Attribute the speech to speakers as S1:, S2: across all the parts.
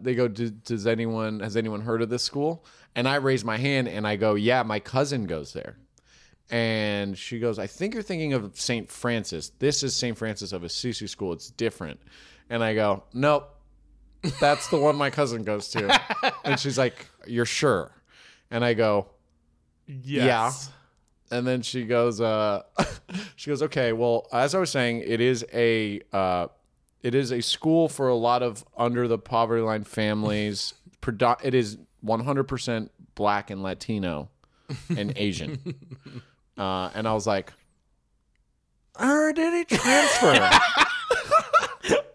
S1: they go, "Do- does anyone has anyone heard of this school? And I raise my hand and I go, yeah, my cousin goes there. And she goes, I think you're thinking of St. Francis. This is St. Francis of Assisi School. It's different. And I go, nope, that's the one my cousin goes to. and she's like, you're sure? And I go,
S2: Yes.
S1: and then she goes uh she goes okay well as i was saying it is a uh it is a school for a lot of under the poverty line families Predo- it is 100% black and latino and asian uh and i was like or did he transfer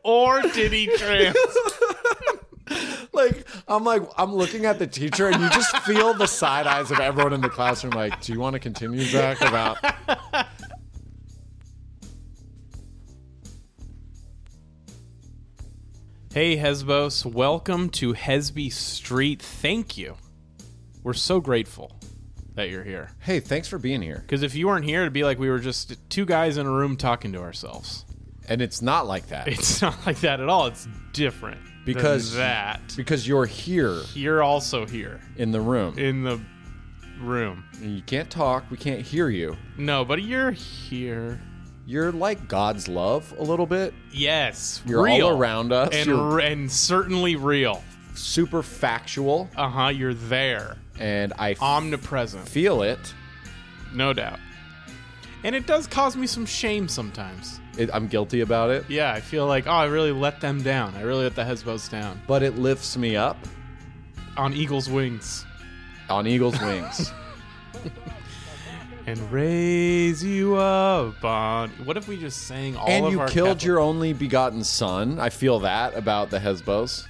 S2: Or did he trans?
S1: like i'm like i'm looking at the teacher and you just feel the side eyes of everyone in the classroom like do you want to continue zach about
S2: hey, Hesbos. Welcome to Hesby Street. Thank you. We're so grateful that you're here.
S1: hey thanks for being here
S2: Because if you weren't here, it'd be like we were just two guys in a room talking to ourselves.
S1: and it's not like that
S2: It's not like that at all. It's different. than
S1: Because-
S2: that.
S1: because you're here
S2: You're also here
S1: in the room.
S2: in the room.
S1: you can't talk. We can't hear you.
S2: No, but you're here.
S1: You're like God's love a little bit.
S2: Yes.
S1: You're
S2: real.
S1: all around us.
S2: And,
S1: you're
S2: re- and certainly real.
S1: super factual,
S2: Uh huh. You're there.
S1: and I f-
S2: Omnipresent.
S1: feel it.
S2: No doubt. And it does cause me some shame sometimes.
S1: it. I'm guilty about it,
S2: Yeah, I feel like, oh, I really let them down. I really let the Hesbos down.
S1: but it lifts me up
S2: On eagle's wings.
S1: on eagle's wings.
S2: And raise you up on. What if we just sang all
S1: and
S2: of
S1: you
S2: our
S1: killed
S2: Catholic-
S1: your only begotten son. I feel that about the Hesbos.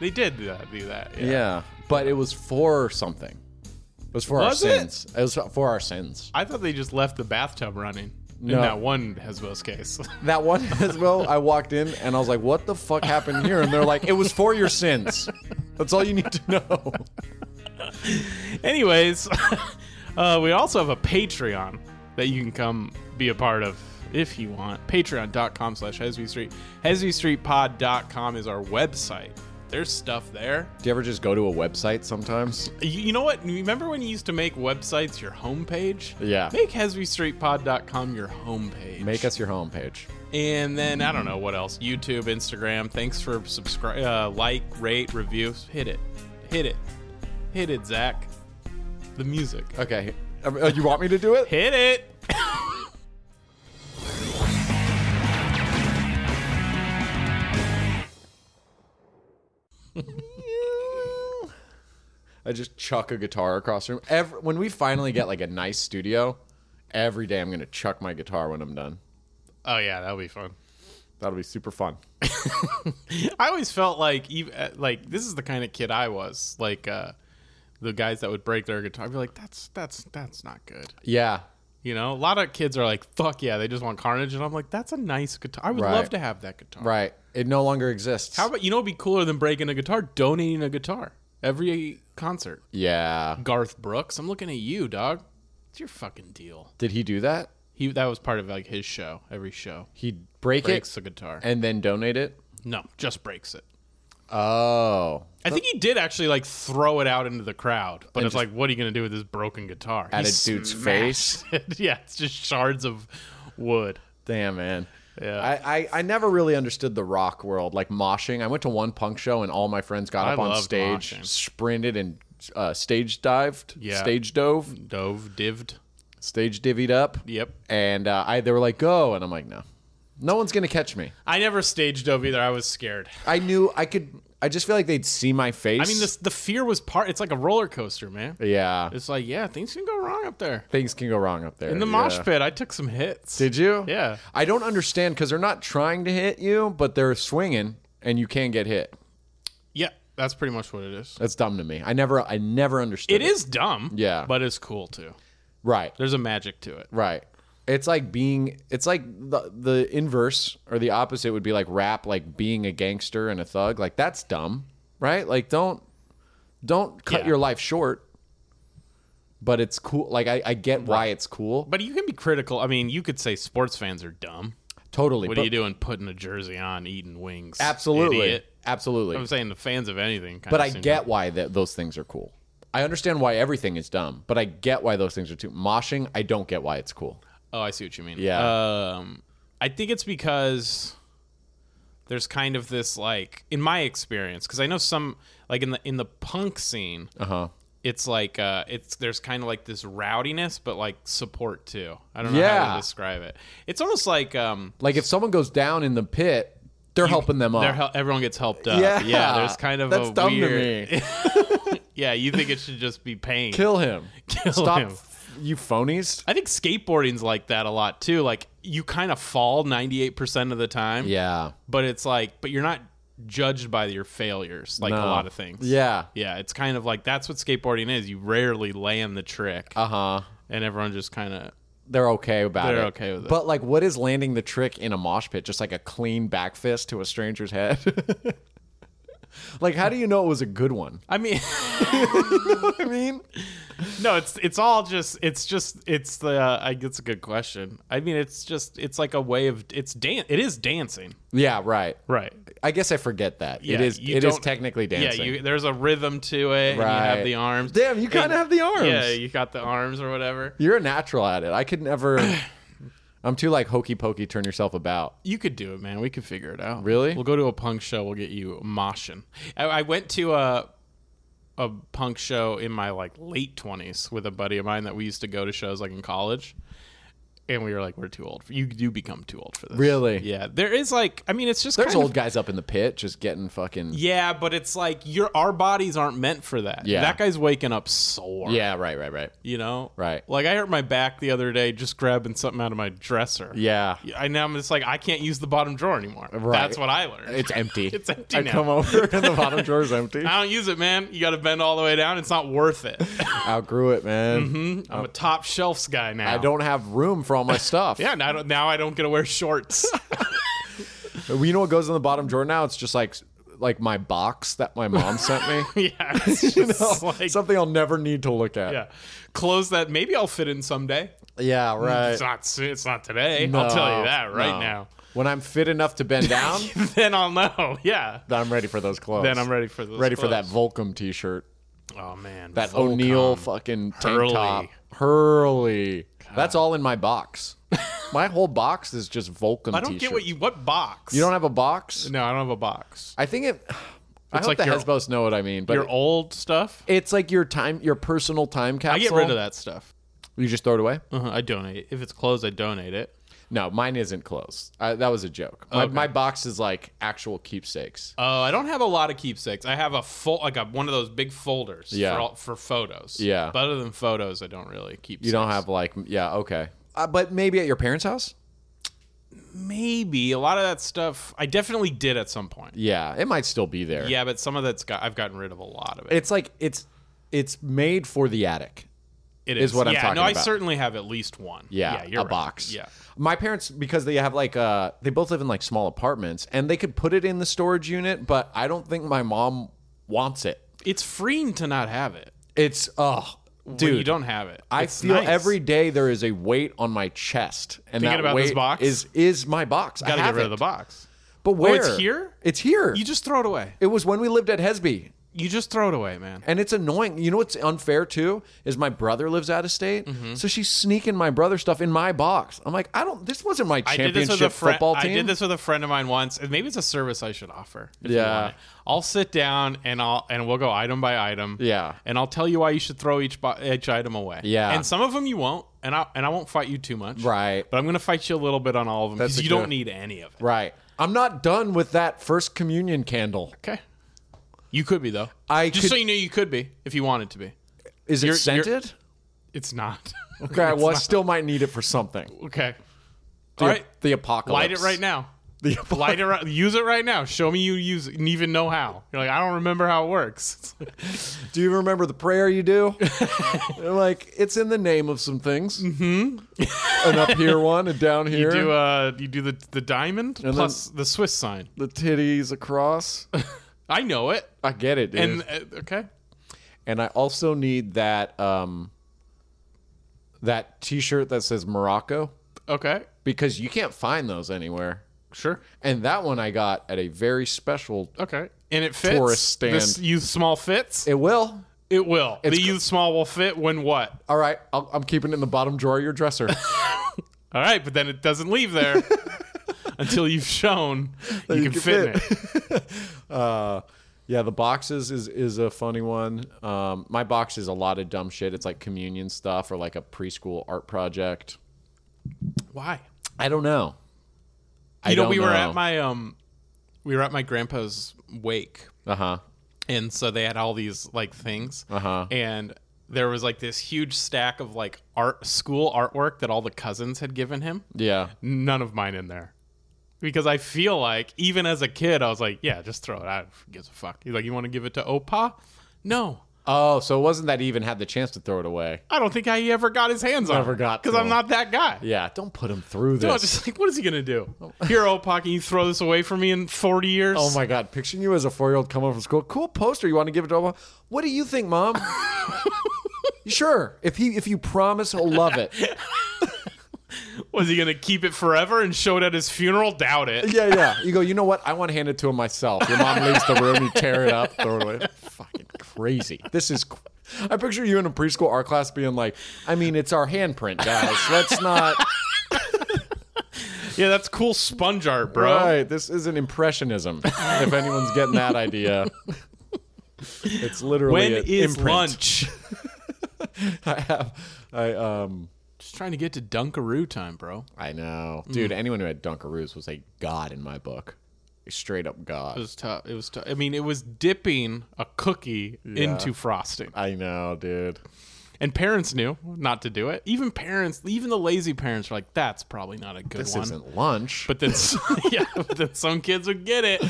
S2: They did do that. Do that
S1: Yeah. But it was for something. It was for
S2: Was
S1: our
S2: it?
S1: sins. It was for our sins.
S2: I thought they just left the bathtub running
S1: No.
S2: in that one Hesbos case.
S1: That one as well. I walked in and I was like, "What the fuck happened here?" And they're like, "It was for your sins. That's all you need to know."
S2: Anyways, uh, we also have a Patreon that you can come be a part of if you want. Patreon.com slash Hesby Street. HesbyStreetPod.com is our website. There's stuff there.
S1: Do you ever just go to a website sometimes?
S2: You, you know what? Remember when you used to make websites your homepage?
S1: Yeah.
S2: Make HesbyStreetPod.com your homepage.
S1: Make us your homepage.
S2: And then I don't know what else. YouTube, Instagram. Thanks for subscribe, uh, like, rate, review. Hit it, hit it, hit it, Zach. The music.
S1: Okay. Uh, You want me to do it?
S2: Hit it.
S1: I just chuck a guitar across the room. Every, when we finally get like a nice studio, every day I'm gonna chuck my guitar when I'm done.
S2: Oh yeah, that'll be fun.
S1: That'll be super fun.
S2: I always felt like, ev- uh, like this is the kind of kid I was. Like uh, the guys that would break their guitar, I'd be like, that's that's that's not good.
S1: Yeah.
S2: You know, a lot of kids are like, fuck yeah, they just want carnage, and I'm like, that's a nice guitar. I would
S1: Right.
S2: love to have that guitar.
S1: Right. It no longer exists.
S2: How about you know what'd be cooler than breaking a guitar? Donating a guitar every concert.
S1: yeah.
S2: Garth Brooks, I'm looking at you, dog. It's your fucking deal.
S1: Did he do that?
S2: He that was part of like his show. Every show
S1: He break
S2: breaks
S1: it
S2: a guitar.
S1: and then donate it?
S2: No, just breaks it.
S1: Oh.
S2: I think he did actually like throw it out into the crowd, but
S1: And
S2: it's
S1: just-
S2: like, what are you gonna do with this broken guitar?
S1: At
S2: He
S1: a dude's
S2: smashed
S1: face.
S2: it. yeah, it's just shards of wood.
S1: Damn, man.
S2: Yeah.
S1: I, I, I never really understood the rock world, like moshing. I went to one punk show and all my friends got
S2: I
S1: up on
S2: loved
S1: stage,
S2: moshing.
S1: sprinted and uh, stage dived,
S2: Yeah.
S1: stage dove,
S2: Dove, dived.
S1: stage divvied up.
S2: Yep.
S1: And uh, I they were like, go. And I'm like, no. No one's going to catch me.
S2: I never stage dove either. I was scared.
S1: I knew I could, I just feel like they'd see my face.
S2: I mean, this the fear was part. It's like a roller coaster, man.
S1: Yeah.
S2: It's like, yeah, things can go wrong up there.
S1: Things can go wrong up there.
S2: In the mosh
S1: yeah.
S2: pit, I took some hits.
S1: Did you?
S2: Yeah.
S1: I don't understand because they're not trying to hit you, but they're swinging and you can get hit.
S2: Yeah, that's pretty much what it is.
S1: That's dumb to me. I never, I never understood.
S2: It is dumb.
S1: Yeah.
S2: But it's cool too.
S1: Right.
S2: There's a magic to it.
S1: Right. It's like being it's like the the inverse or the opposite would be like rap like being a gangster and a thug. Like that's dumb, right? Like don't don't cut
S2: Yeah.
S1: your life short. But it's cool. Like I, I get why it's cool.
S2: But you can be critical. I mean, you could say sports fans are dumb.
S1: Totally.
S2: What
S1: but
S2: are you doing putting a jersey on, eating wings?
S1: Absolutely.
S2: Idiot.
S1: absolutely.
S2: I'm saying the fans of anything. Kind
S1: but
S2: of
S1: I
S2: seem
S1: get why that those things are cool. I understand why everything is dumb, but I get why those things are too moshing. I don't get why it's cool.
S2: Oh, I see what you mean.
S1: Yeah.
S2: Um, I think it's because there's kind of this like, in my experience, because I know some like in the in the punk scene,
S1: Uh huh.
S2: it's like uh, it's there's kind of like this rowdiness, but like support too. I don't know how
S1: Yeah.
S2: to describe it. It's almost like um,
S1: Like if someone goes down in the pit, they're helping them
S2: they're
S1: up.
S2: hel- everyone gets helped up. Yeah. there's kind of
S1: that's
S2: a
S1: dumb
S2: weird.
S1: to me.
S2: Yeah, you think it should just be pain.
S1: Kill him.
S2: Kill
S1: Stop,
S2: him.
S1: you phonies.
S2: I think skateboarding's like that a lot too. Like you kind of fall 98% of the time.
S1: Yeah.
S2: but it's like but you're not judged by your failures like a
S1: No.
S2: lot of things
S1: Yeah.
S2: yeah it's kind of like that's what skateboarding is you rarely land the trick
S1: Uh huh.
S2: and everyone just kind of
S1: They're okay about it.
S2: They're okay with it.
S1: But like, what is landing the trick in a mosh pit? Just like a clean back fist to a stranger's head. like, how do you know it was a good one?
S2: i mean
S1: I mean,
S2: no it's it's all just it's just it's the uh, i it's a good question i mean it's just it's like a way of it's dan it is dancing
S1: yeah, right.
S2: right
S1: I guess I forget that.
S2: Yeah,
S1: it is.
S2: you
S1: It is
S2: don't-
S1: technically dancing.
S2: yeah you there's a rhythm to it and you have
S1: Right.
S2: the arms
S1: Damn, you kind
S2: And-
S1: of have the arms.
S2: yeah you got the arms or whatever
S1: You're a natural at it. I could never. I'm too like hokey pokey. Turn yourself about.
S2: You could do it, man. We could figure it out.
S1: Really?
S2: We'll go to a punk show. We'll get you moshing. I, I went to a a punk show in my like late twenties with a buddy of mine that we used to go to shows like in college, and we were like, we're too old. For, you do become too old for this.
S1: Really?
S2: Yeah. There is like, I mean, it's just
S1: There's
S2: kind
S1: old
S2: Of,
S1: guys up in the pit just getting fucking.
S2: yeah, but it's like your our bodies aren't meant for that.
S1: Yeah.
S2: That guy's waking up sore.
S1: Yeah. Right. Right. Right.
S2: You know.
S1: Right.
S2: Like I hurt my back the other day just grabbing something out of my dresser.
S1: Yeah.
S2: I now I'm just like I can't use the bottom drawer anymore.
S1: Right.
S2: That's what I learned.
S1: It's empty.
S2: It's empty
S1: I
S2: now. Ah.
S1: come over and the bottom drawer is empty.
S2: I don't use it, man. You got to bend all the way down. It's not worth it.
S1: Outgrew it, man.
S2: I'm a top shelves guy now.
S1: I don't have room for all my stuff.
S2: Yeah, now I don't, now I don't get to wear shorts.
S1: You know what goes in the bottom drawer now? It's just like like my box that my mom sent me.
S2: yeah, it's just
S1: You know,
S2: like
S1: something I'll never need to look at.
S2: yeah, clothes that maybe I'll fit in someday.
S1: Yeah, right.
S2: Mm, It's not so- it's not today. I'll tell you that right
S1: no.
S2: now.
S1: When I'm fit enough to bend down,
S2: Then I'll know. Yeah.
S1: then I'm ready for those clothes.
S2: Then I'm ready for those
S1: ready for that
S2: clothes.
S1: Volcom t-shirt.
S2: Oh man,
S1: That
S2: Volcom.
S1: O'Neill fucking tank
S2: Hurley.
S1: top. Hurley. That's all in my box. my whole box is just Volcom
S2: I don't get what you what box.
S1: You don't have a box?
S2: No, I don't have a box.
S1: I think it I hope
S2: like
S1: the
S2: your-
S1: Hesbos know what I mean, but
S2: Your old stuff.
S1: It's like your time, your personal time
S2: I
S1: capsule.
S2: get rid of that stuff.
S1: You just throw it away.
S2: Uh-huh, I donate. If it's clothes, I donate it.
S1: No, mine isn't close. I, that was a joke. My, my box is like actual keepsakes.
S2: Oh, I don't have a lot of keepsakes. I have a full, like a, one of those big folders
S1: Yeah.
S2: for, all, for photos.
S1: Yeah.
S2: But other than photos, I don't really keep.
S1: You don't have like, yeah, okay. Uh, but maybe at your parents' house.
S2: maybe a lot of that stuff. I definitely did at some point.
S1: Yeah, it might still be there.
S2: Yeah, but some of that's got. I've gotten rid of a lot of it.
S1: it's like it's it's made for the attic.
S2: It
S1: is what I'm
S2: yeah,
S1: talking
S2: no, I
S1: about.
S2: certainly have at least one.
S1: Yeah,
S2: you're
S1: a
S2: right.
S1: box.
S2: Yeah.
S1: my parents because they have like uh they both live in like small apartments and they could put it in the storage unit, but I don't think my mom wants it.
S2: It's freeing to not have it.
S1: It's oh,
S2: Dude,
S1: dude,
S2: you don't have it.
S1: I
S2: It's
S1: feel
S2: nice.
S1: every day there is a weight on my chest, and
S2: Thinking
S1: that
S2: about
S1: weight
S2: this box?
S1: is is my box.
S2: Gotta
S1: I
S2: get
S1: have
S2: rid of
S1: it.
S2: the box.
S1: But where?
S2: it's here?
S1: It's here.
S2: You just throw it away.
S1: it was when we lived at Hesby,
S2: You just throw it away, man.
S1: and it's annoying. You know what's unfair too is my brother lives out of state,
S2: Mm-hmm.
S1: so she's sneaking my brother stuff in my box. I'm like, I don't. This wasn't my
S2: I did this
S1: championship
S2: with a friend.
S1: football team.
S2: I did this with a friend of mine once, and maybe it's a service I should offer. if you
S1: Yeah.
S2: want it. I'll sit down and I'll and we'll go item by item.
S1: Yeah.
S2: and I'll tell you why you should throw each bo- each item away.
S1: Yeah.
S2: and some of them you won't, and I and I won't fight you too much.
S1: Right.
S2: but I'm gonna fight you a little bit on all of them
S1: That's
S2: because
S1: a
S2: you
S1: good-
S2: don't need any of it.
S1: Right. I'm not done with that first communion candle.
S2: Okay, you could be though.
S1: I
S2: just
S1: could-
S2: so you know, you could be if you wanted to be.
S1: Is it
S2: You're- you're-
S1: scented?
S2: It's not.
S1: Okay, well, I still might need it for something.
S2: okay,
S1: The,
S2: all right.
S1: the apocalypse.
S2: Light it right now.
S1: The apocalypse.
S2: Light it. Right, use it right now. Show me you use and even know how. You're like I don't remember how it works.
S1: Do you remember the prayer you do? They're like, it's in the name of some things. Mm-hmm. An up here one, and down here.
S2: do uh you do the the diamond
S1: And
S2: plus the Swiss sign.
S1: the titties across.
S2: I know it.
S1: I get it, dude.
S2: And
S1: And,
S2: uh, okay.
S1: I also need that um that T-shirt that says Morocco
S2: Okay.
S1: because you can't find those anywhere.
S2: Sure.
S1: And that one I got at a very special
S2: Okay. and it fits
S1: tourist stand.
S2: This youth small fits. It,
S1: It will.
S2: will. The
S1: c-
S2: youth small will fit when what?
S1: All right, I'll, I'm keeping it in the bottom drawer of your dresser.
S2: All right, but then it doesn't leave there until you've shown you, can, fit, in it.
S1: uh, yeah, the boxes is is a funny one. Um, my box is a lot of dumb shit. It's like communion stuff or like a preschool art project.
S2: Why?
S1: I don't know. I
S2: You know,
S1: don't
S2: we were
S1: know.
S2: at my um, we were at my grandpa's wake,
S1: uh-huh.
S2: and so they had all these like things,
S1: Uh-huh.
S2: and there was like this huge stack of like art school artwork that all the cousins had given him.
S1: Yeah.
S2: None of mine in there. Because I feel like even as a kid, I was like, yeah, just throw it out. Who gives a fuck? He's like, you want to give it to Opa? No,
S1: Oh, so it wasn't that he even had the chance to throw it away.
S2: I don't think I ever got his hands on.
S1: Never got
S2: because
S1: to
S2: I'm
S1: him.
S2: not that guy.
S1: Yeah, don't put him through
S2: No,
S1: this.
S2: just like, what is he gonna do? Here, Opa, can you throw this away for me in 40 years?
S1: Oh my god, picturing you as a four year old coming from school. Cool poster. You want to give it to Obama? What do you think, mom? sure. If he if you promise he'll love it.
S2: Was he gonna keep it forever and show it at his funeral? Doubt it.
S1: Yeah, yeah. You go, you know what? I want to hand it to him myself. Your mom leaves the room, you tear it up, throw it away. Fucking crazy. This is cr- I picture you in a preschool art class being like, I mean, it's our handprint, guys. Let's not
S2: Yeah, that's cool sponge art, bro.
S1: Right. This isn't impressionism. if anyone's getting that idea. It's literally
S2: When
S1: an
S2: is
S1: imprint.
S2: lunch?
S1: I have I um
S2: Just trying to get to Dunkaroo time, bro.
S1: I
S2: Mm.
S1: know, dude. Anyone who had Dunkaroos was a god in my book, a straight up
S2: It
S1: god.
S2: was tough. It was tough. I mean, it was dipping a cookie into frosting.
S1: I know, dude.
S2: And parents knew not to do it. Even parents, even the lazy parents were like, that's probably not a good
S1: This
S2: one.
S1: isn't lunch.
S2: But then, yeah, but then some kids would get it.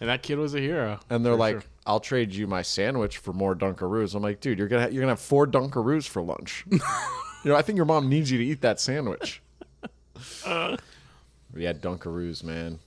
S2: And that kid was a hero.
S1: and they're
S2: for
S1: like,
S2: sure.
S1: "I'll trade you my sandwich for more Dunkaroos." I'm like, dude, you're gonna you're gonna have four Dunkaroos for lunch. you know, I think your mom needs you to eat that sandwich. we had Dunkaroos, man.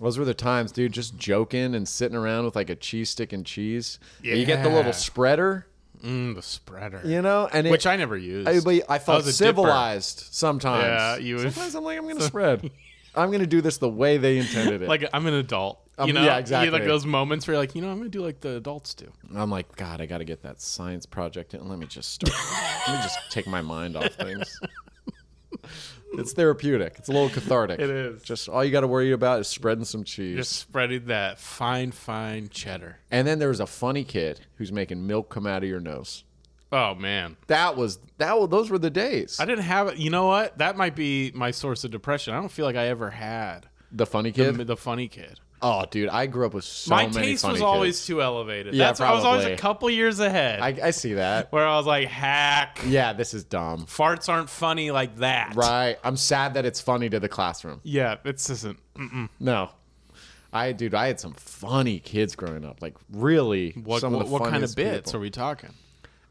S1: Those were the times, dude. Just joking and sitting around with like a cheese stick and cheese. Yeah. You get the
S2: Yeah.
S1: little spreader,
S2: mm, the spreader.
S1: you know, and it,
S2: Which I never used.
S1: I, but I felt
S2: was a dipper.
S1: civilized sometimes.
S2: Yeah, you would-
S1: sometimes I'm like, I'm gonna spread. I'm gonna do this the way they intended it.
S2: like, I'm an adult.
S1: Um,
S2: You know?
S1: yeah,
S2: You get,
S1: exactly.
S2: like those moments where you're like, you know, I'm going to do like the adults do.
S1: I'm like, God, I gotta get that science project in. Let me just start. let me just take my mind off things. It's therapeutic. It's a little cathartic.
S2: It is.
S1: Just all you got to worry about is spreading some cheese.
S2: Just spreading that fine, fine cheddar.
S1: and then there was a funny kid who's making milk come out of your nose.
S2: Oh, man.
S1: That was that. Was, those were the days.
S2: I didn't have it. You know what? That might be my source of depression. I don't feel like I ever had
S1: the funny kid.
S2: the funny kid.
S1: oh, dude, I grew up with so
S2: my
S1: many
S2: taste
S1: funny
S2: was
S1: kids.
S2: always too elevated.
S1: Yeah,
S2: That's why I was always a
S1: probably.
S2: couple years ahead.
S1: I, I see that.
S2: where I was like, hack.
S1: Yeah, this is dumb.
S2: Farts aren't funny like that.
S1: Right. I'm sad that it's funny to the classroom.
S2: Yeah, it's mm, isn't. Mm-mm.
S1: No. I dude, I had some funny kids growing up. Like really
S2: What,
S1: some
S2: what,
S1: of the
S2: what kind of
S1: funniest
S2: bits
S1: people.
S2: are we talking?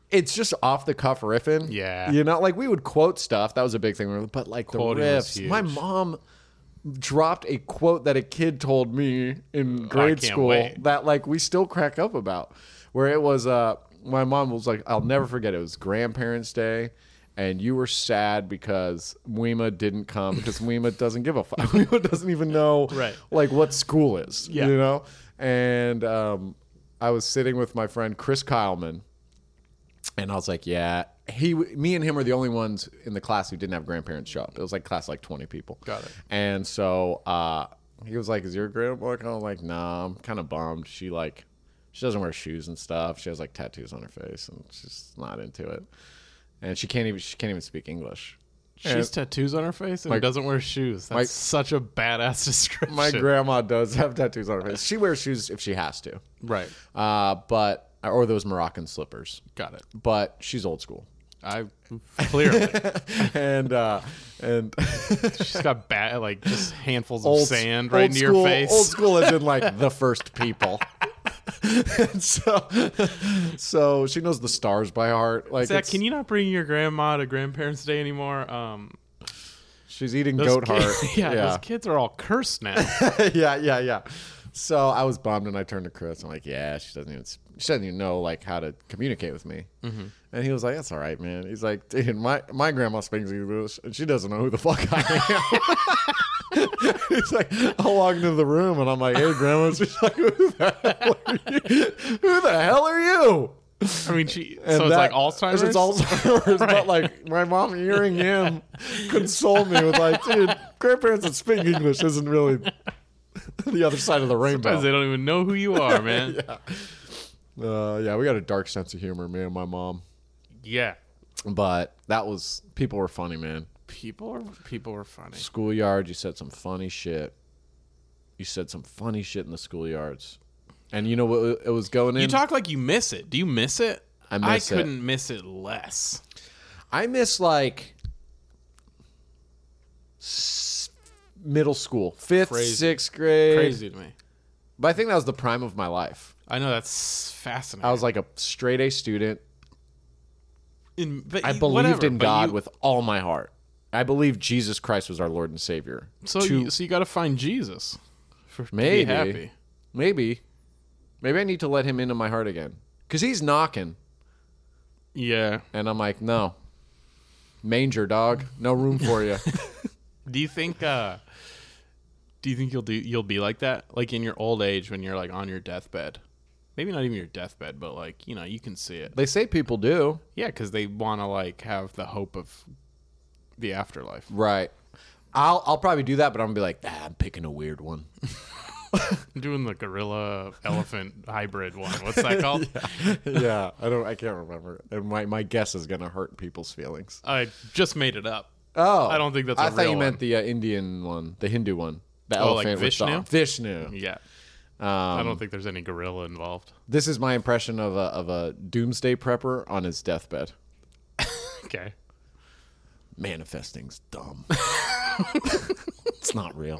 S1: It's just off the cuff riffing.
S2: Yeah.
S1: You know, like we would quote stuff. That was a big thing. But like
S2: Quoting
S1: the
S2: was
S1: riffs.
S2: huge.
S1: My mom dropped a quote that a kid told me in grade
S2: Oh, can't
S1: school
S2: wait.
S1: that like we still crack up about. Where it was uh my mom was like, I'll never forget it was grandparents' day. And you were sad because Mwema didn't come because Mwema doesn't give a fuck. Mwema doesn't even know
S2: Right.
S1: like what school is.
S2: Yeah.
S1: You know? And um, I was sitting with my friend Chris Kyleman and I was like, yeah, he, me and him were the only ones in the class who didn't have grandparents show up. It was like class of, like twenty people.
S2: Got it.
S1: And so uh, he was like, "Is your grandma?" Kind of like, "Nah, I'm kind of bummed. She like, she doesn't wear shoes and stuff. She has like tattoos on her face, and she's not into it. And she can't even she can't even speak English."
S2: She's
S1: And-
S2: tattoos on her face and
S1: my-
S2: doesn't wear shoes. That's
S1: my-
S2: such a badass description.
S1: My grandma does have tattoos on her face. She wears shoes if she has to,
S2: right.
S1: uh, but or those Moroccan slippers.
S2: Got it.
S1: But she's old school,
S2: I clearly
S1: and uh, and.
S2: she's got bad like just handfuls of sand
S1: old
S2: right into
S1: school-
S2: your face.
S1: Old school as in like the first people. And so, so she knows the stars by heart. Like
S2: Zach,
S1: it's-
S2: can you not bring your grandma to grandparents' day anymore? Um,
S1: she's eating
S2: those
S1: goat
S2: ki-
S1: heart.
S2: yeah, those
S1: yeah,
S2: kids are all cursed now.
S1: yeah, yeah, yeah. so I was bummed, and I turned to Chris. I'm like, "Yeah, she doesn't even she doesn't even know like how to communicate with me." And he was like, "That's all right, man." He's like, "Dude, my my grandma speaks English, and she doesn't know who the fuck I am." He's like, I walked into the room, and I'm like, "Hey, grandma." She's like, "Who the hell are you? Who the hell are you?"
S2: I mean, she.
S1: And
S2: so it's
S1: that-
S2: like Alzheimer's.
S1: It's Alzheimer's, but like my mom hearing him console me with like, dude, grandparents that speak English isn't really the other side of the rainbow.
S2: Because they don't even know who you are, man. yeah.
S1: Uh, yeah, we got a dark sense of humor, me and my mom. But that was people were funny, man.
S2: People are people are funny.
S1: Schoolyard, you said some funny shit. You said some funny shit in the schoolyards, and you know what? It was going in.
S2: You talk like you miss it. Do you miss it?
S1: I miss
S2: I
S1: it.
S2: couldn't miss it less.
S1: I miss like s- middle school, fifth,
S2: Crazy.
S1: sixth grade.
S2: Crazy to me.
S1: But I think that was the prime of my life.
S2: I know that's fascinating.
S1: I was like a straight A student.
S2: in, but
S1: I
S2: you-
S1: believed
S2: whatever,
S1: in
S2: but
S1: God
S2: you-
S1: with all my heart. I believed Jesus Christ was our Lord and Savior.
S2: so
S1: To-
S2: you, so you got to find Jesus. For, to be
S1: Maybe.
S2: happy.
S1: maybe, maybe I need to let him into my heart again because he's knocking,
S2: Yeah.
S1: and I'm like, no, manger dog, no room for you.
S2: Do you think? uh Do you think you'll do? You'll be like that, like in your old age when you're like on your deathbed. Maybe not even your deathbed, but like you know, you can see it.
S1: they say people do,
S2: Yeah, because they want to like have the hope of the afterlife.
S1: right? I'll I'll probably do that, but I'm gonna be like, ah, I'm picking a weird one.
S2: I'm doing the gorilla elephant hybrid one. What's that called?
S1: yeah, I don't, I can't remember, and my my guess is gonna hurt people's feelings.
S2: I just made it up.
S1: Oh,
S2: I don't think that's
S1: I
S2: a
S1: thought
S2: real
S1: you meant
S2: one.
S1: the uh, Indian one, the Hindu one, the
S2: Oh, like
S1: elephant with the- Vishnu.
S2: Yeah,
S1: Um,
S2: I don't think there's any gorilla involved.
S1: this is my impression of a of a doomsday prepper on his deathbed.
S2: Okay.
S1: manifesting's dumb. it's not real.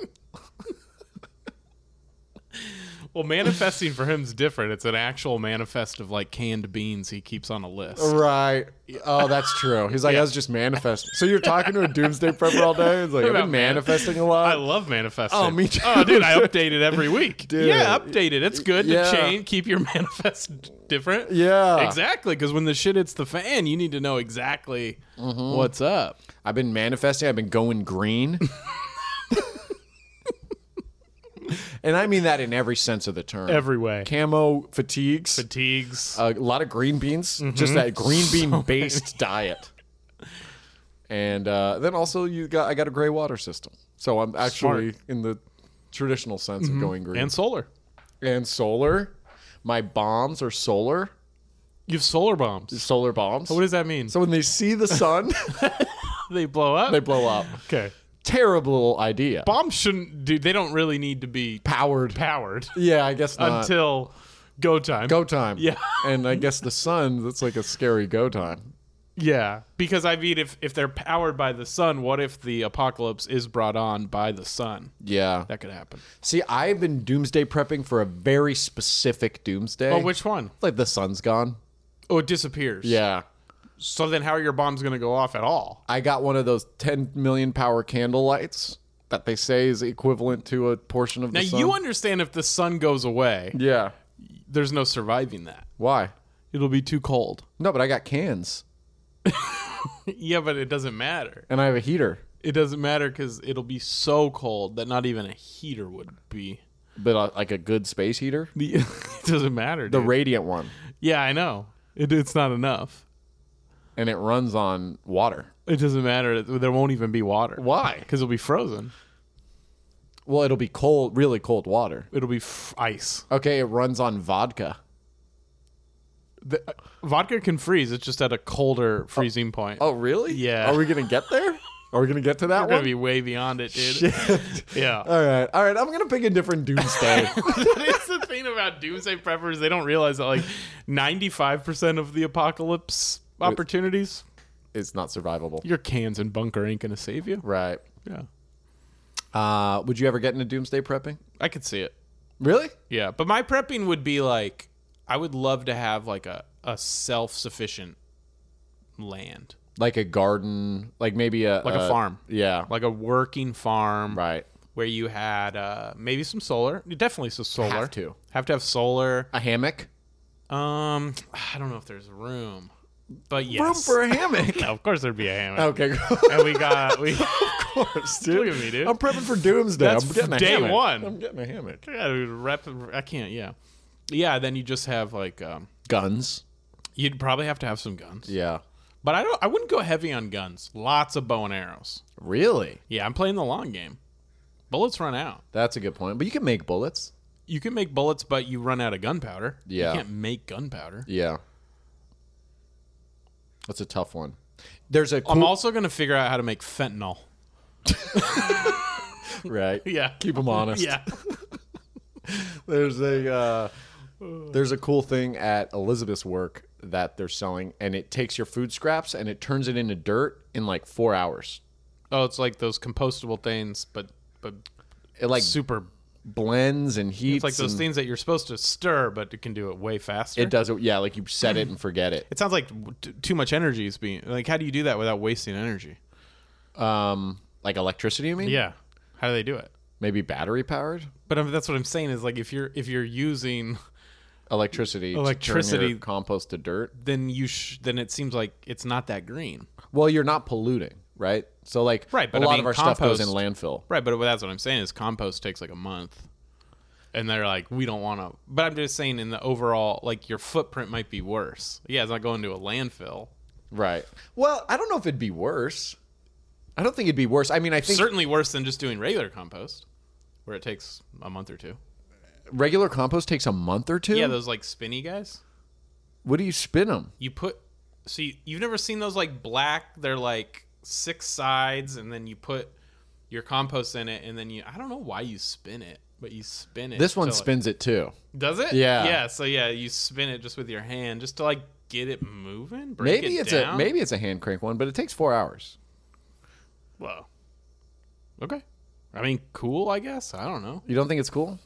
S2: Well, manifesting for him's different. It's an actual manifest of like canned beans he keeps on a list.
S1: Right. Oh, that's true. He's like, I was just manifesting. So you're talking to a doomsday prepper all day? It's like, I've
S2: About
S1: been
S2: man-
S1: manifesting a
S2: I
S1: lot.
S2: love manifesting.
S1: Oh, me too.
S2: Oh, dude, I update it every week.
S1: Dude.
S2: Yeah, update it. It's good
S1: Yeah.
S2: to change, keep your manifest different.
S1: Yeah.
S2: Exactly, because when the shit hits the fan, you need to know exactly
S1: Mm-hmm.
S2: what's up.
S1: I've been manifesting. I've been going green. and I mean that in every sense of the term.
S2: Every way.
S1: Camo fatigues,
S2: Fatigues.
S1: a lot of green beans,
S2: Mm-hmm.
S1: just that green bean based diet. And uh, then also you got I got a gray water system. So I'm actually in the traditional sense of going green.
S2: Mm-hmm. and solar.
S1: and solar. My bombs are solar,
S2: You have solar bombs.
S1: solar bombs.
S2: What does that mean?
S1: so when they see the sun,
S2: they blow up?
S1: they blow up.
S2: okay.
S1: Terrible idea.
S2: Bombs shouldn't do they don't really need to be
S1: Powered.
S2: powered
S1: Yeah, I guess not.
S2: until go time.
S1: go time.
S2: Yeah.
S1: and I guess the sun. That's like a scary go time.
S2: Yeah, because I mean, if if they're powered by the sun, what if the apocalypse is brought on by the sun?
S1: Yeah.
S2: That could happen.
S1: See, I've been doomsday prepping for a very specific doomsday.
S2: Oh, which one?
S1: like the sun's gone.
S2: Oh, it disappears.
S1: Yeah.
S2: So then, how are your bombs going to go off at all?
S1: I got one of those 10 million power candle lights that they say is equivalent to a portion of
S2: Now
S1: the sun.
S2: you understand if the sun goes away,
S1: yeah.
S2: there's no surviving that.
S1: Why?
S2: It'll be too cold.
S1: No, but I got cans.
S2: yeah, but it doesn't matter.
S1: and I have a heater,
S2: It doesn't matter because it'll be so cold that not even a heater would be.
S1: but uh, like a good space heater,
S2: The, it doesn't matter.
S1: the
S2: dude.
S1: radiant one,
S2: yeah, I know. It, it's not enough.
S1: and it runs on water.
S2: It doesn't matter. There won't even be water.
S1: Why?
S2: Because it'll be frozen.
S1: Well, it'll be cold, really cold water.
S2: It'll be f- ice.
S1: Okay, it runs on vodka.
S2: The, uh, vodka can freeze. It's just at a colder freezing point.
S1: Oh, really?
S2: Yeah.
S1: Are we gonna get there? Are we gonna get to that
S2: we're gonna
S1: one?
S2: be way beyond it, dude. Yeah,
S1: all right, all right. I'm gonna pick a different doomsday.
S2: that's the thing about doomsday preppers. They don't realize that like ninety-five percent of the apocalypse opportunities,
S1: it's not survivable,
S2: your cans and bunker ain't gonna save you.
S1: right?
S2: Yeah,
S1: Uh, would you ever get into doomsday prepping?
S2: I could see it.
S1: Really?
S2: Yeah, but my prepping would be like I would love to have like a a self-sufficient land,
S1: Like a garden, like maybe a
S2: Like a farm.
S1: Yeah,
S2: like a working farm.
S1: right.
S2: where you had uh, maybe some solar, definitely some solar.
S1: Have to.
S2: have to have solar.
S1: A hammock?
S2: Um, I don't know if there's room, but yes,
S1: Room for a hammock.
S2: No, of course there'd be a hammock.
S1: okay,
S2: And we got we.
S1: of course, dude.
S2: Look at me, dude.
S1: I'm prepping for doomsday.
S2: That's
S1: I'm getting a
S2: day
S1: hammock.
S2: one.
S1: I'm getting a hammock.
S2: Yeah, dude, rep, I can't. Yeah, yeah. Then you just have like um,
S1: Guns.
S2: you'd probably have to have some guns,
S1: Yeah.
S2: but I don't. I wouldn't go heavy on guns. Lots of bow and arrows.
S1: Really?
S2: Yeah, I'm playing the long game. Bullets run out.
S1: That's a good point. But you can make bullets.
S2: You can make bullets, but you run out of gunpowder.
S1: Yeah.
S2: you can't make gunpowder.
S1: Yeah. That's a tough one. There's a
S2: I'm
S1: cool,
S2: also gonna figure out how to make fentanyl.
S1: right.
S2: Yeah,
S1: Keep them honest.
S2: yeah.
S1: There's a uh, there's a cool thing at Elizabeth's work that they're selling, and it takes your food scraps and it turns it into dirt in like four hours.
S2: Oh, it's like those compostable things, but but
S1: It like
S2: super.
S1: blends and heats.
S2: It's like those
S1: and
S2: things that you're supposed to stir, but it can do it way faster.
S1: It does it. Yeah, like you set it and forget it.
S2: It sounds like t- too much energy is being like. How do you do that without wasting energy?
S1: Um, like electricity, you mean?
S2: Yeah. How do they do it?
S1: Maybe battery powered
S2: But I mean, that's what I'm saying is like if you're if you're using,
S1: electricity. to turn
S2: Electricity.
S1: your compost to dirt.
S2: then you sh- then it seems like it's not that green.
S1: Well, you're not polluting, right? So like,
S2: Right, but
S1: a
S2: I
S1: lot
S2: mean,
S1: of our stuff goes in landfill.
S2: Right. But that's what I'm saying is compost takes like a month, and they're like we don't want to. But I'm just saying in the overall like your footprint might be worse. Yeah, it's not going to a landfill.
S1: Right. Well, I don't know if it'd be worse. I don't think it'd be worse. I mean, I think
S2: Certainly worse than just doing regular compost, where it takes a month or two.
S1: regular compost takes a month or two.
S2: Yeah, those like spinny guys.
S1: what do you spin them?
S2: you put so you, you've never seen those like black they're like six sides and then you put your compost in it and then you i don't know why you spin it but you spin it
S1: This one
S2: till it-
S1: spins it too.
S2: does it
S1: Yeah.
S2: yeah so yeah you spin it just with your hand just to like get it moving break
S1: Maybe
S2: it
S1: it's
S2: down.
S1: a maybe it's a hand crank one, but it takes four hours.
S2: whoa okay i mean cool i guess i don't know
S1: You don't think it's cool?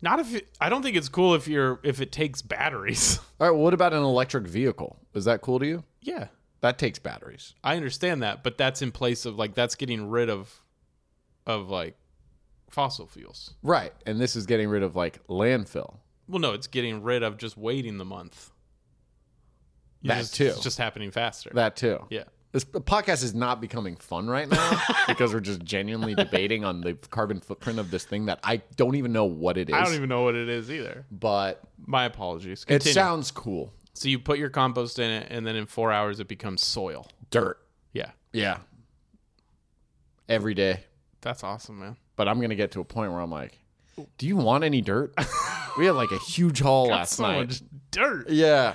S2: not if it, i don't think it's cool if you're if it takes batteries
S1: All right. Well, what about an electric vehicle? Is that cool to you?
S2: yeah
S1: That takes batteries.
S2: I understand that, but that's in place of like that's getting rid of of like fossil fuels.
S1: Right. And this is getting rid of like landfill.
S2: Well, no, it's getting rid of just waiting the month. You
S1: That
S2: just,
S1: too.
S2: It's just happening faster.
S1: That too.
S2: yeah.
S1: This podcast is not becoming fun right now because we're just genuinely debating on the carbon footprint of this thing that I don't even know what it is.
S2: I don't even know what it is either.
S1: but
S2: My apologies.
S1: it
S2: Continue.
S1: sounds cool.
S2: so you put your compost in it, and then in four hours it becomes soil.
S1: Dirt.
S2: Yeah,
S1: Yeah. Every day.
S2: that's awesome, man.
S1: But I'm going to get to a point where I'm like, do you want any dirt? we had like a huge haul last
S2: so
S1: night.
S2: much dirt.
S1: Yeah.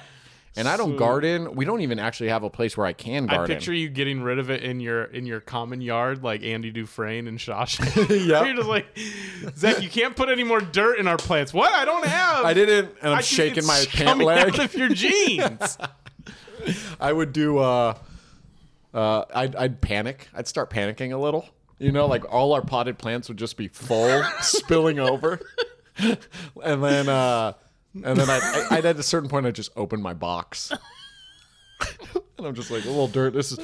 S1: And I don't
S2: So-
S1: garden. We don't even actually have a place where I can
S2: I
S1: garden.
S2: picture you getting rid of it in your in your common yard, like Andy Dufresne and Shawshank.
S1: Yep.
S2: You're just like Zach. You can't put any more dirt in our plants. What? I don't have.
S1: I didn't, and I'm
S2: I think
S1: shaking
S2: it's
S1: my pant
S2: coming
S1: leg.
S2: out of your jeans.
S1: I would do. Uh, uh, I'd, I'd panic. I'd start panicking a little. You know, like all our potted plants would just be full, spilling over, and then uh, and then I'd, I'd at a certain point I'd just open my box, and I'm just like a little dirt. This is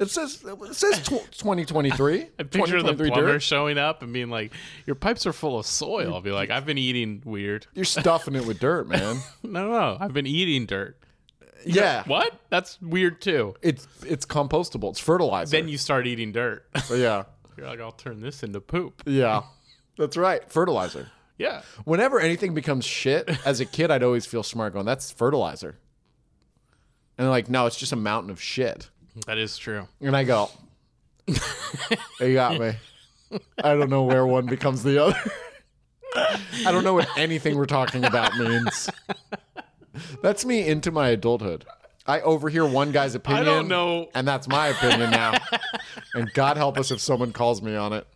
S1: it says it says tw- 2023.
S2: I picture the
S1: 2023
S2: plumber
S1: dirt.
S2: showing up and being like, "Your pipes are full of soil." I'll be like, "I've been eating weird."
S1: You're stuffing it with dirt, man.
S2: No, no, I've been eating dirt.
S1: yeah,
S2: What? That's weird too.
S1: it's it's compostable. It's fertilizer.
S2: Then you start eating dirt.
S1: yeah,
S2: You're like, "I'll turn this into poop."
S1: yeah, that's right. Fertilizer.
S2: Yeah,
S1: Whenever anything becomes shit, as a kid, I'd always feel smart going, that's fertilizer. And they're like, no, it's just a mountain of shit.
S2: that is true.
S1: And I go, they got me. I don't know where one becomes the other. I don't know what anything we're talking about means. That's me into my adulthood. I overhear one guy's opinion.
S2: know.
S1: And that's my opinion now. and God help us if someone calls me on it.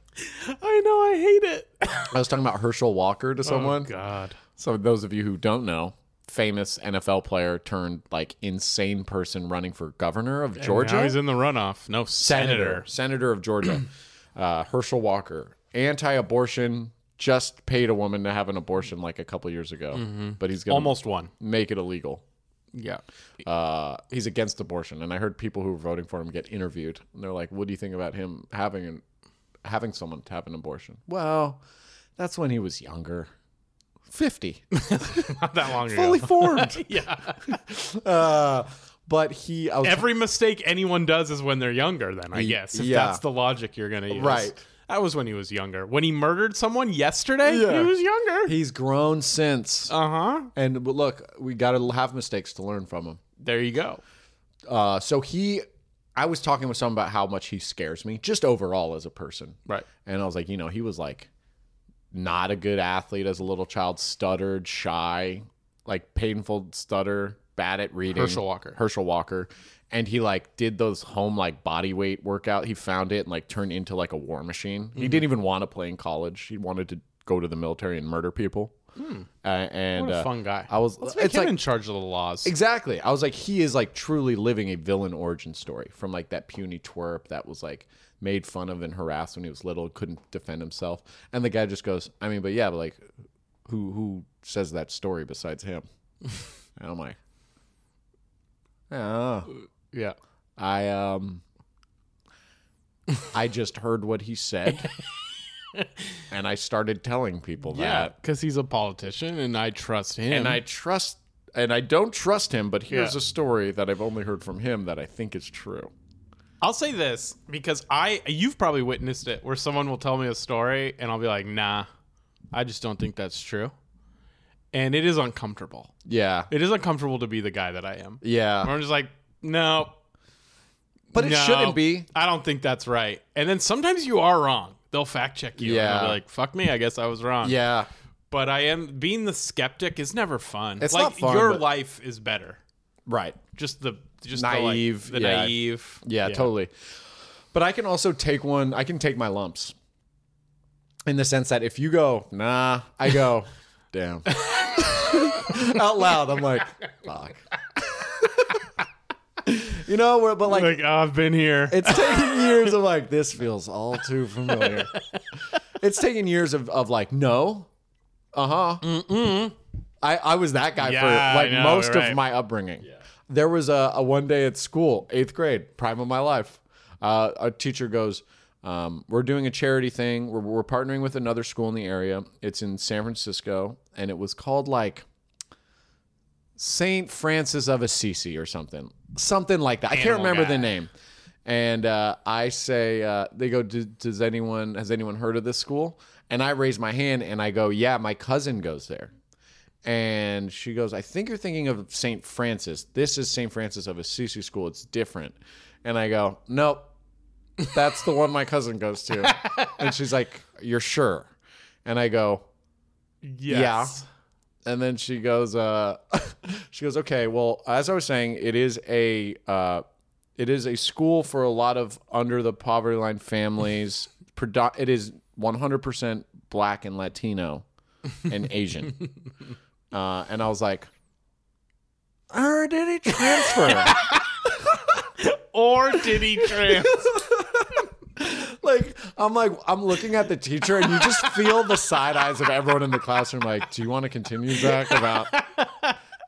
S2: I know. I hate it.
S1: I was talking about Herschel Walker to someone.
S2: God.
S1: So those of you who don't know, famous NFL player turned like insane person running for governor of Georgia,
S2: Now he's in the runoff. No senator.
S1: senator of Georgia, uh, Herschel Walker, anti-abortion, just paid a woman to have an abortion like a couple years ago, but he's gonna
S2: Mm-hmm. Almost won.
S1: make it illegal.
S2: Yeah.
S1: Uh, he's against abortion, and I heard people who were voting for him get interviewed, and they're like, "What do you think about him having an having someone to have an abortion. Well, that's when he was younger. 50,
S2: Not that long ago.
S1: fully formed.
S2: yeah.
S1: Uh, but he, I was
S2: Every mistake anyone does is when they're younger, then, I
S1: Ye-
S2: guess, if
S1: yeah.
S2: that's the logic you're going to use.
S1: Right.
S2: That was when he was younger. When he murdered someone yesterday,
S1: Yeah.
S2: he was younger.
S1: he's grown since.
S2: Uh huh.
S1: and but look, we got to have mistakes to learn from him.
S2: There you go.
S1: Uh, so he, I was talking with someone about how much he scares me, just overall as a person.
S2: Right.
S1: And I was like, you know, he was like not a good athlete as a little child, stuttered, shy, like painful stutter, bad at reading.
S2: Herschel Walker.
S1: Herschel Walker. And he like did those home like body weight workout. He found it and like turned into like a war machine. He
S2: Mm-hmm.
S1: didn't even want to play in college. He wanted to go to the military and murder people. Uh, and
S2: Hmm. What a
S1: uh,
S2: fun guy.
S1: I was
S2: Let's make
S1: it's
S2: him
S1: like
S2: in charge of the laws.
S1: Exactly. I was like, he is like truly living a villain origin story from like that puny twerp that was like made fun of and harassed when he was little, couldn't defend himself. And the guy just goes, I mean, but yeah, but like, who who says that story besides him? and I'm like, yeah,
S2: yeah.
S1: I um, I just heard what he said, and I started telling people
S2: Yeah.
S1: that
S2: Because he's a politician and I trust him.
S1: and I trust and I don't trust him, but here's
S2: Yeah.
S1: a story that I've only heard from him that I think is true.
S2: I'll say this because I you've probably witnessed it where someone will tell me a story and I'll be like, "Nah, I just don't think that's true." And it is uncomfortable.
S1: Yeah.
S2: It is uncomfortable to be the guy that I am. Where
S1: Yeah.
S2: I'm just like, "No,
S1: But it
S2: no,
S1: shouldn't be.
S2: I don't think that's right." And then sometimes you are wrong. They'll fact check you. and
S1: Yeah.
S2: they'll be like, "Fuck me, I guess I was wrong."
S1: Yeah.
S2: But I am being the skeptic is never fun.
S1: It's
S2: like
S1: not fun,
S2: your
S1: but-
S2: life is better.
S1: Right.
S2: Just the just
S1: Naive,
S2: the, like, the
S1: yeah.
S2: naive.
S1: Yeah, totally. But I can also take one, I can take my lumps. In the sense that if you go, nah, I go, damn. Out loud, I'm like, fuck. you know, where- but like
S2: Like "Oh, I've been here.
S1: It's taken years of like this feels all too familiar. it's taken years of, of like no, uh huh. I I was that guy
S2: Yeah,
S1: for like
S2: I know,
S1: most
S2: right.
S1: of my upbringing. There was a, a one day at school, eighth grade, prime of my life. Uh, a teacher goes, um, "We're doing a charity thing. We're we're partnering with another school in the area. It's in San Francisco, and it was called like." Saint Francis of Assisi or something, something like that. I can't
S2: Animal
S1: remember
S2: guy.
S1: the name. And uh, I say, uh, they go, "D- does anyone has anyone heard of this school? And I raise my hand and I go, yeah, my cousin goes there. And she goes, I think you're thinking of Saint Francis. This is Saint Francis of Assisi school. It's different. And I go, nope, that's the one my cousin goes to. and she's like, you're sure? And I go,
S2: Yes.
S1: and then she goes uh she goes okay well as i was saying it is a uh it is a school for a lot of under the poverty line families Predo- it is 100% black and latino and asian uh and i was like or did he transfer
S2: Or did he trans?
S1: like i'm like i'm looking at the teacher and you just feel the side eyes of everyone in the classroom like do you want to continue zach about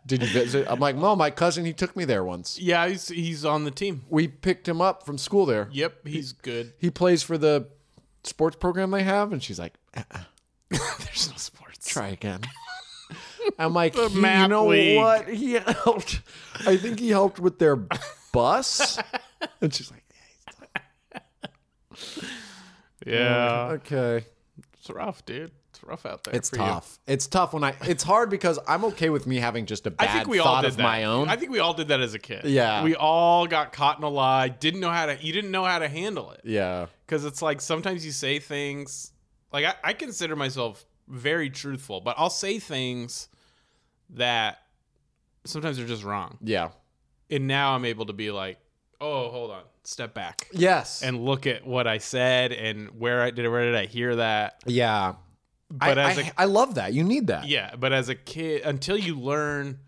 S1: did you visit i'm like mom my cousin he took me there once
S2: yeah, he's he's on the team.
S1: we picked him up from school there
S2: Yep, he's good.
S1: he plays for the sports program they have and she's like
S2: There's no sports.
S1: try again i'm like "He- you
S2: map
S1: know
S2: league."
S1: what he helped i think he helped with their bus and she's like
S2: Yeah,
S1: okay
S2: it's rough, dude. It's rough out there.
S1: It's
S2: for
S1: tough. It's tough when I. It's hard because I'm okay with me having just a
S2: You.
S1: bad
S2: I think we
S1: thought
S2: all did
S1: of
S2: that.
S1: my own.
S2: I think we all did that as a kid.
S1: Yeah.
S2: we all got caught in a lie. Didn't know how to. You didn't know how to handle it
S1: yeah,
S2: because it's like sometimes you say things. Like I, I consider myself very truthful, but I'll say things that sometimes are just wrong.
S1: yeah,
S2: And now I'm able to be like, oh, hold on, step back.
S1: yes,
S2: and look at what I said and where I did where did I hear that.
S1: yeah.
S2: But
S1: I,
S2: as
S1: I-
S2: a
S1: I love that. You need that.
S2: yeah, but as a kid until you learn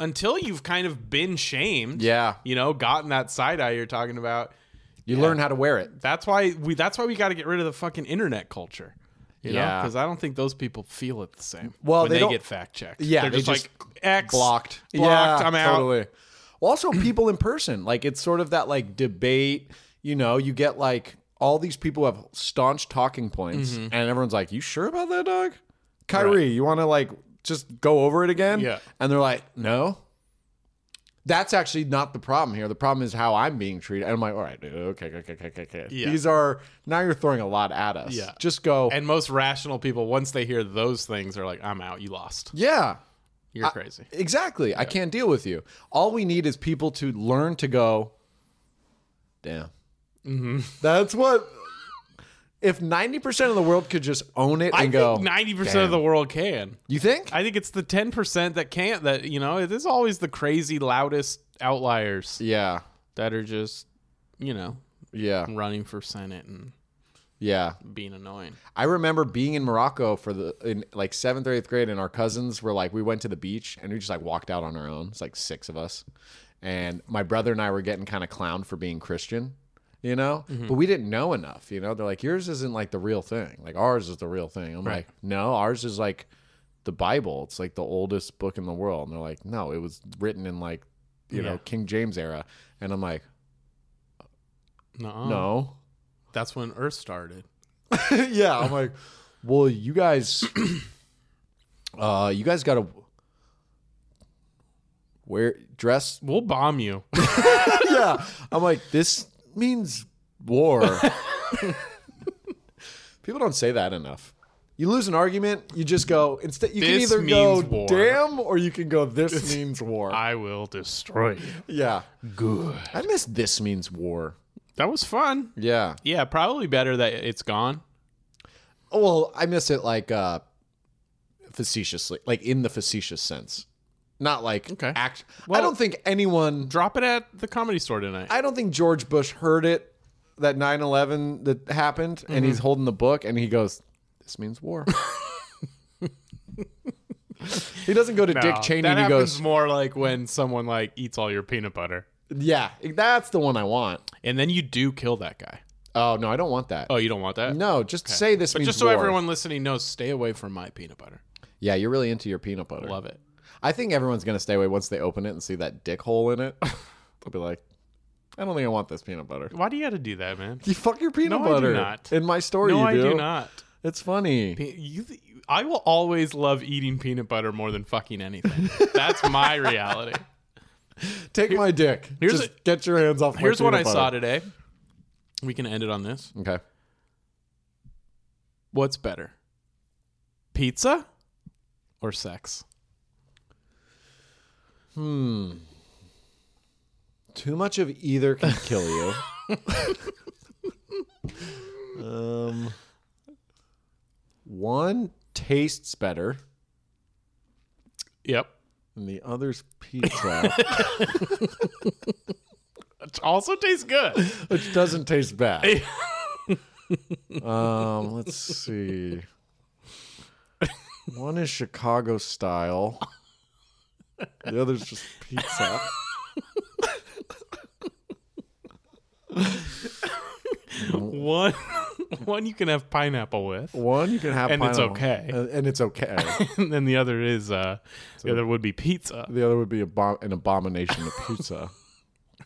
S2: until you've kind of been shamed,
S1: Yeah.
S2: you know, gotten that side eye you're talking about,
S1: You learn how to wear it.
S2: that's why we that's why we got to get rid of the fucking internet culture. You know,
S1: Yeah.
S2: cuz I don't think those people feel it the same.
S1: Well,
S2: when
S1: they
S2: they,
S1: don't-
S2: get fact checked.
S1: Yeah,
S2: they're
S1: they
S2: just, like X
S1: Blocked.
S2: blocked,
S1: Yeah,
S2: I'm out.
S1: Totally. Well, also people in person. Like it's sort of that like debate. You know, you get like all these people have staunch talking points,
S2: Mm-hmm.
S1: and everyone's like, "You sure about that, dog? Kyrie, you want to like just go over it again?"
S2: Yeah.
S1: and they're like, "No." That's actually not the problem here. The problem is how I'm being treated. And I'm like, all right, dude, okay, okay, okay, okay, okay.
S2: Yeah.
S1: These are now you're throwing a lot at us.
S2: Yeah.
S1: Just go.
S2: And most rational people, once they hear those things, are like, "I'm out. You lost.
S1: yeah.
S2: You're crazy."
S1: Exactly. I can't deal with you. All we need is people to learn to go, damn.
S2: Mm-hmm.
S1: That's what. If 90% of the world could just own it and
S2: I
S1: go,
S2: think ninety percent of the world can.
S1: you think?
S2: I think it's the ten percent that can't. That you know, it is always the crazy loudest outliers
S1: yeah.
S2: that are just, you know,
S1: Yeah.
S2: running for senate and
S1: Yeah.
S2: being annoying.
S1: I remember being in Morocco for the in like seventh or eighth grade, and our cousins were like, we went to the beach and we just like walked out on our own. It's like six of us, and my brother and I were getting kind of clowned for being Christian, you know. But we didn't know enough, you know. They're like, yours isn't like the real thing. Like ours is the real thing. I'm like, no, ours is like the Bible. It's like the oldest book in the world. And they're like, no, it was written in like you
S2: Yeah.
S1: know King James era. And I'm like,
S2: No,
S1: no,
S2: that's when Earth started.
S1: yeah, I'm like, well, you guys, uh, you guys got to wear dress.
S2: We'll bomb you.
S1: yeah, I'm like, this means war. People don't say that enough. You lose an argument, you just go instead. You
S2: This
S1: can either go
S2: means war.
S1: damn or you can go this means war.
S2: I will destroy you.
S1: yeah,
S2: Good.
S1: I miss this means war.
S2: That was fun.
S1: Yeah.
S2: Yeah, probably better that it's gone.
S1: Oh, well, I miss it like uh facetiously, like in the facetious sense. Not like
S2: Okay.
S1: act I
S2: Well-
S1: don't think anyone
S2: Drop it at the comedy store tonight.
S1: I don't think George Bush heard it that 9/11 that happened and
S2: Mm-hmm.
S1: he's holding the book and he goes this means war. he doesn't go to
S2: No,
S1: Dick Cheney
S2: That
S1: and he
S2: happens
S1: goes,
S2: more like when someone like eats all your peanut butter,
S1: "Yeah, that's the one I want."
S2: and then you do kill that guy.
S1: Oh, no, I don't want that.
S2: Oh, you don't want that.
S1: no, just say this
S2: but
S1: means
S2: just so
S1: war.
S2: everyone listening knows, stay away from my peanut butter.
S1: Yeah, you're really into your peanut butter.
S2: Love it.
S1: I think everyone's gonna stay away once they open it and see that dick hole in it. They'll be like, I don't think I want this peanut butter.
S2: Why do you got to do that, man?
S1: You fuck your peanut
S2: No, I do
S1: butter.
S2: not.
S1: In my story,
S2: no,
S1: you
S2: I
S1: do.
S2: do not.
S1: It's funny.
S2: Pe- You, you- I will always love eating peanut butter more than fucking anything. That's my reality.
S1: Take my dick.
S2: here's
S1: Just get your hands off.
S2: Here's
S1: my
S2: what I
S1: peanut
S2: saw
S1: butter.
S2: today. We can end it on this.
S1: Okay.
S2: What's better, pizza or sex?
S1: Too much of either can kill you. um, one tastes better,
S2: Yep.
S1: and the other's pizza,
S2: It also tastes good.
S1: which doesn't taste bad. Um, let's see. One is Chicago style. The other's just pizza.
S2: one, one you can have pineapple with,
S1: One you can have,
S2: And it's
S1: pineapple.
S2: okay.
S1: and, and it's okay.
S2: and then the other is uh, the other would be pizza.
S1: The other would be abo- an abomination of pizza.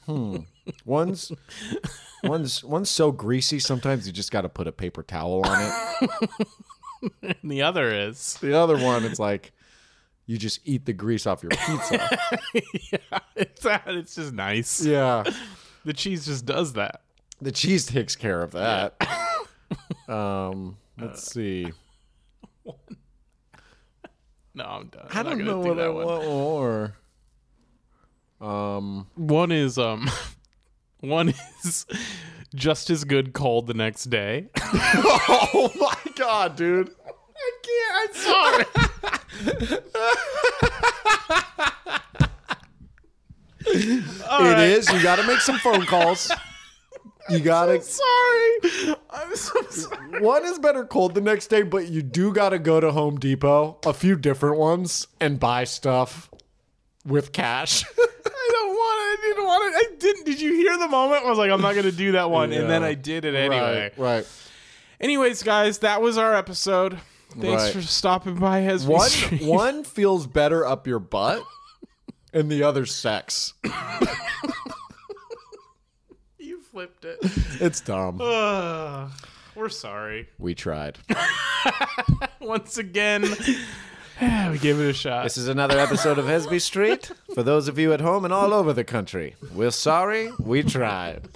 S1: Hmm. One's one's one's so greasy sometimes you just got to put a paper towel on it.
S2: And the other is
S1: The other one, it's like you just eat the grease off your pizza.
S2: yeah, it's it's just nice.
S1: Yeah.
S2: The cheese just does that.
S1: The cheese takes care of that. um,
S2: Uh,
S1: let's see.
S2: No, I'm done.
S1: I don't
S2: I'm not gonna
S1: know
S2: do
S1: what
S2: that
S1: I
S2: one.
S1: want more. Um,
S2: One is um, one is just as good cold the next day.
S1: oh my god, dude!
S2: I can't. I'm sorry.
S1: It is. You got to make some phone calls. You got to.
S2: sorry. I'm so sorry.
S1: One is better cold the next day, but you do got to go to Home Depot, a few different ones, and buy stuff with cash.
S2: I don't want it. I didn't want it. I didn't. Did you hear the moment? I was like, I'm not gonna do that one, and then
S1: Yeah.
S2: I did it anyway.
S1: right, right.
S2: Anyways, guys, that was our episode. Thanks
S1: Right.
S2: for stopping by. As we
S1: One
S2: stream.
S1: one feels better up your butt, and the other sex.
S2: you flipped it.
S1: It's dumb.
S2: Ugh, we're sorry.
S1: We tried.
S2: Once again, yeah, we gave it a shot.
S1: This is another episode of Hesby Street. For those of you at home and all over the country, we're sorry. We tried.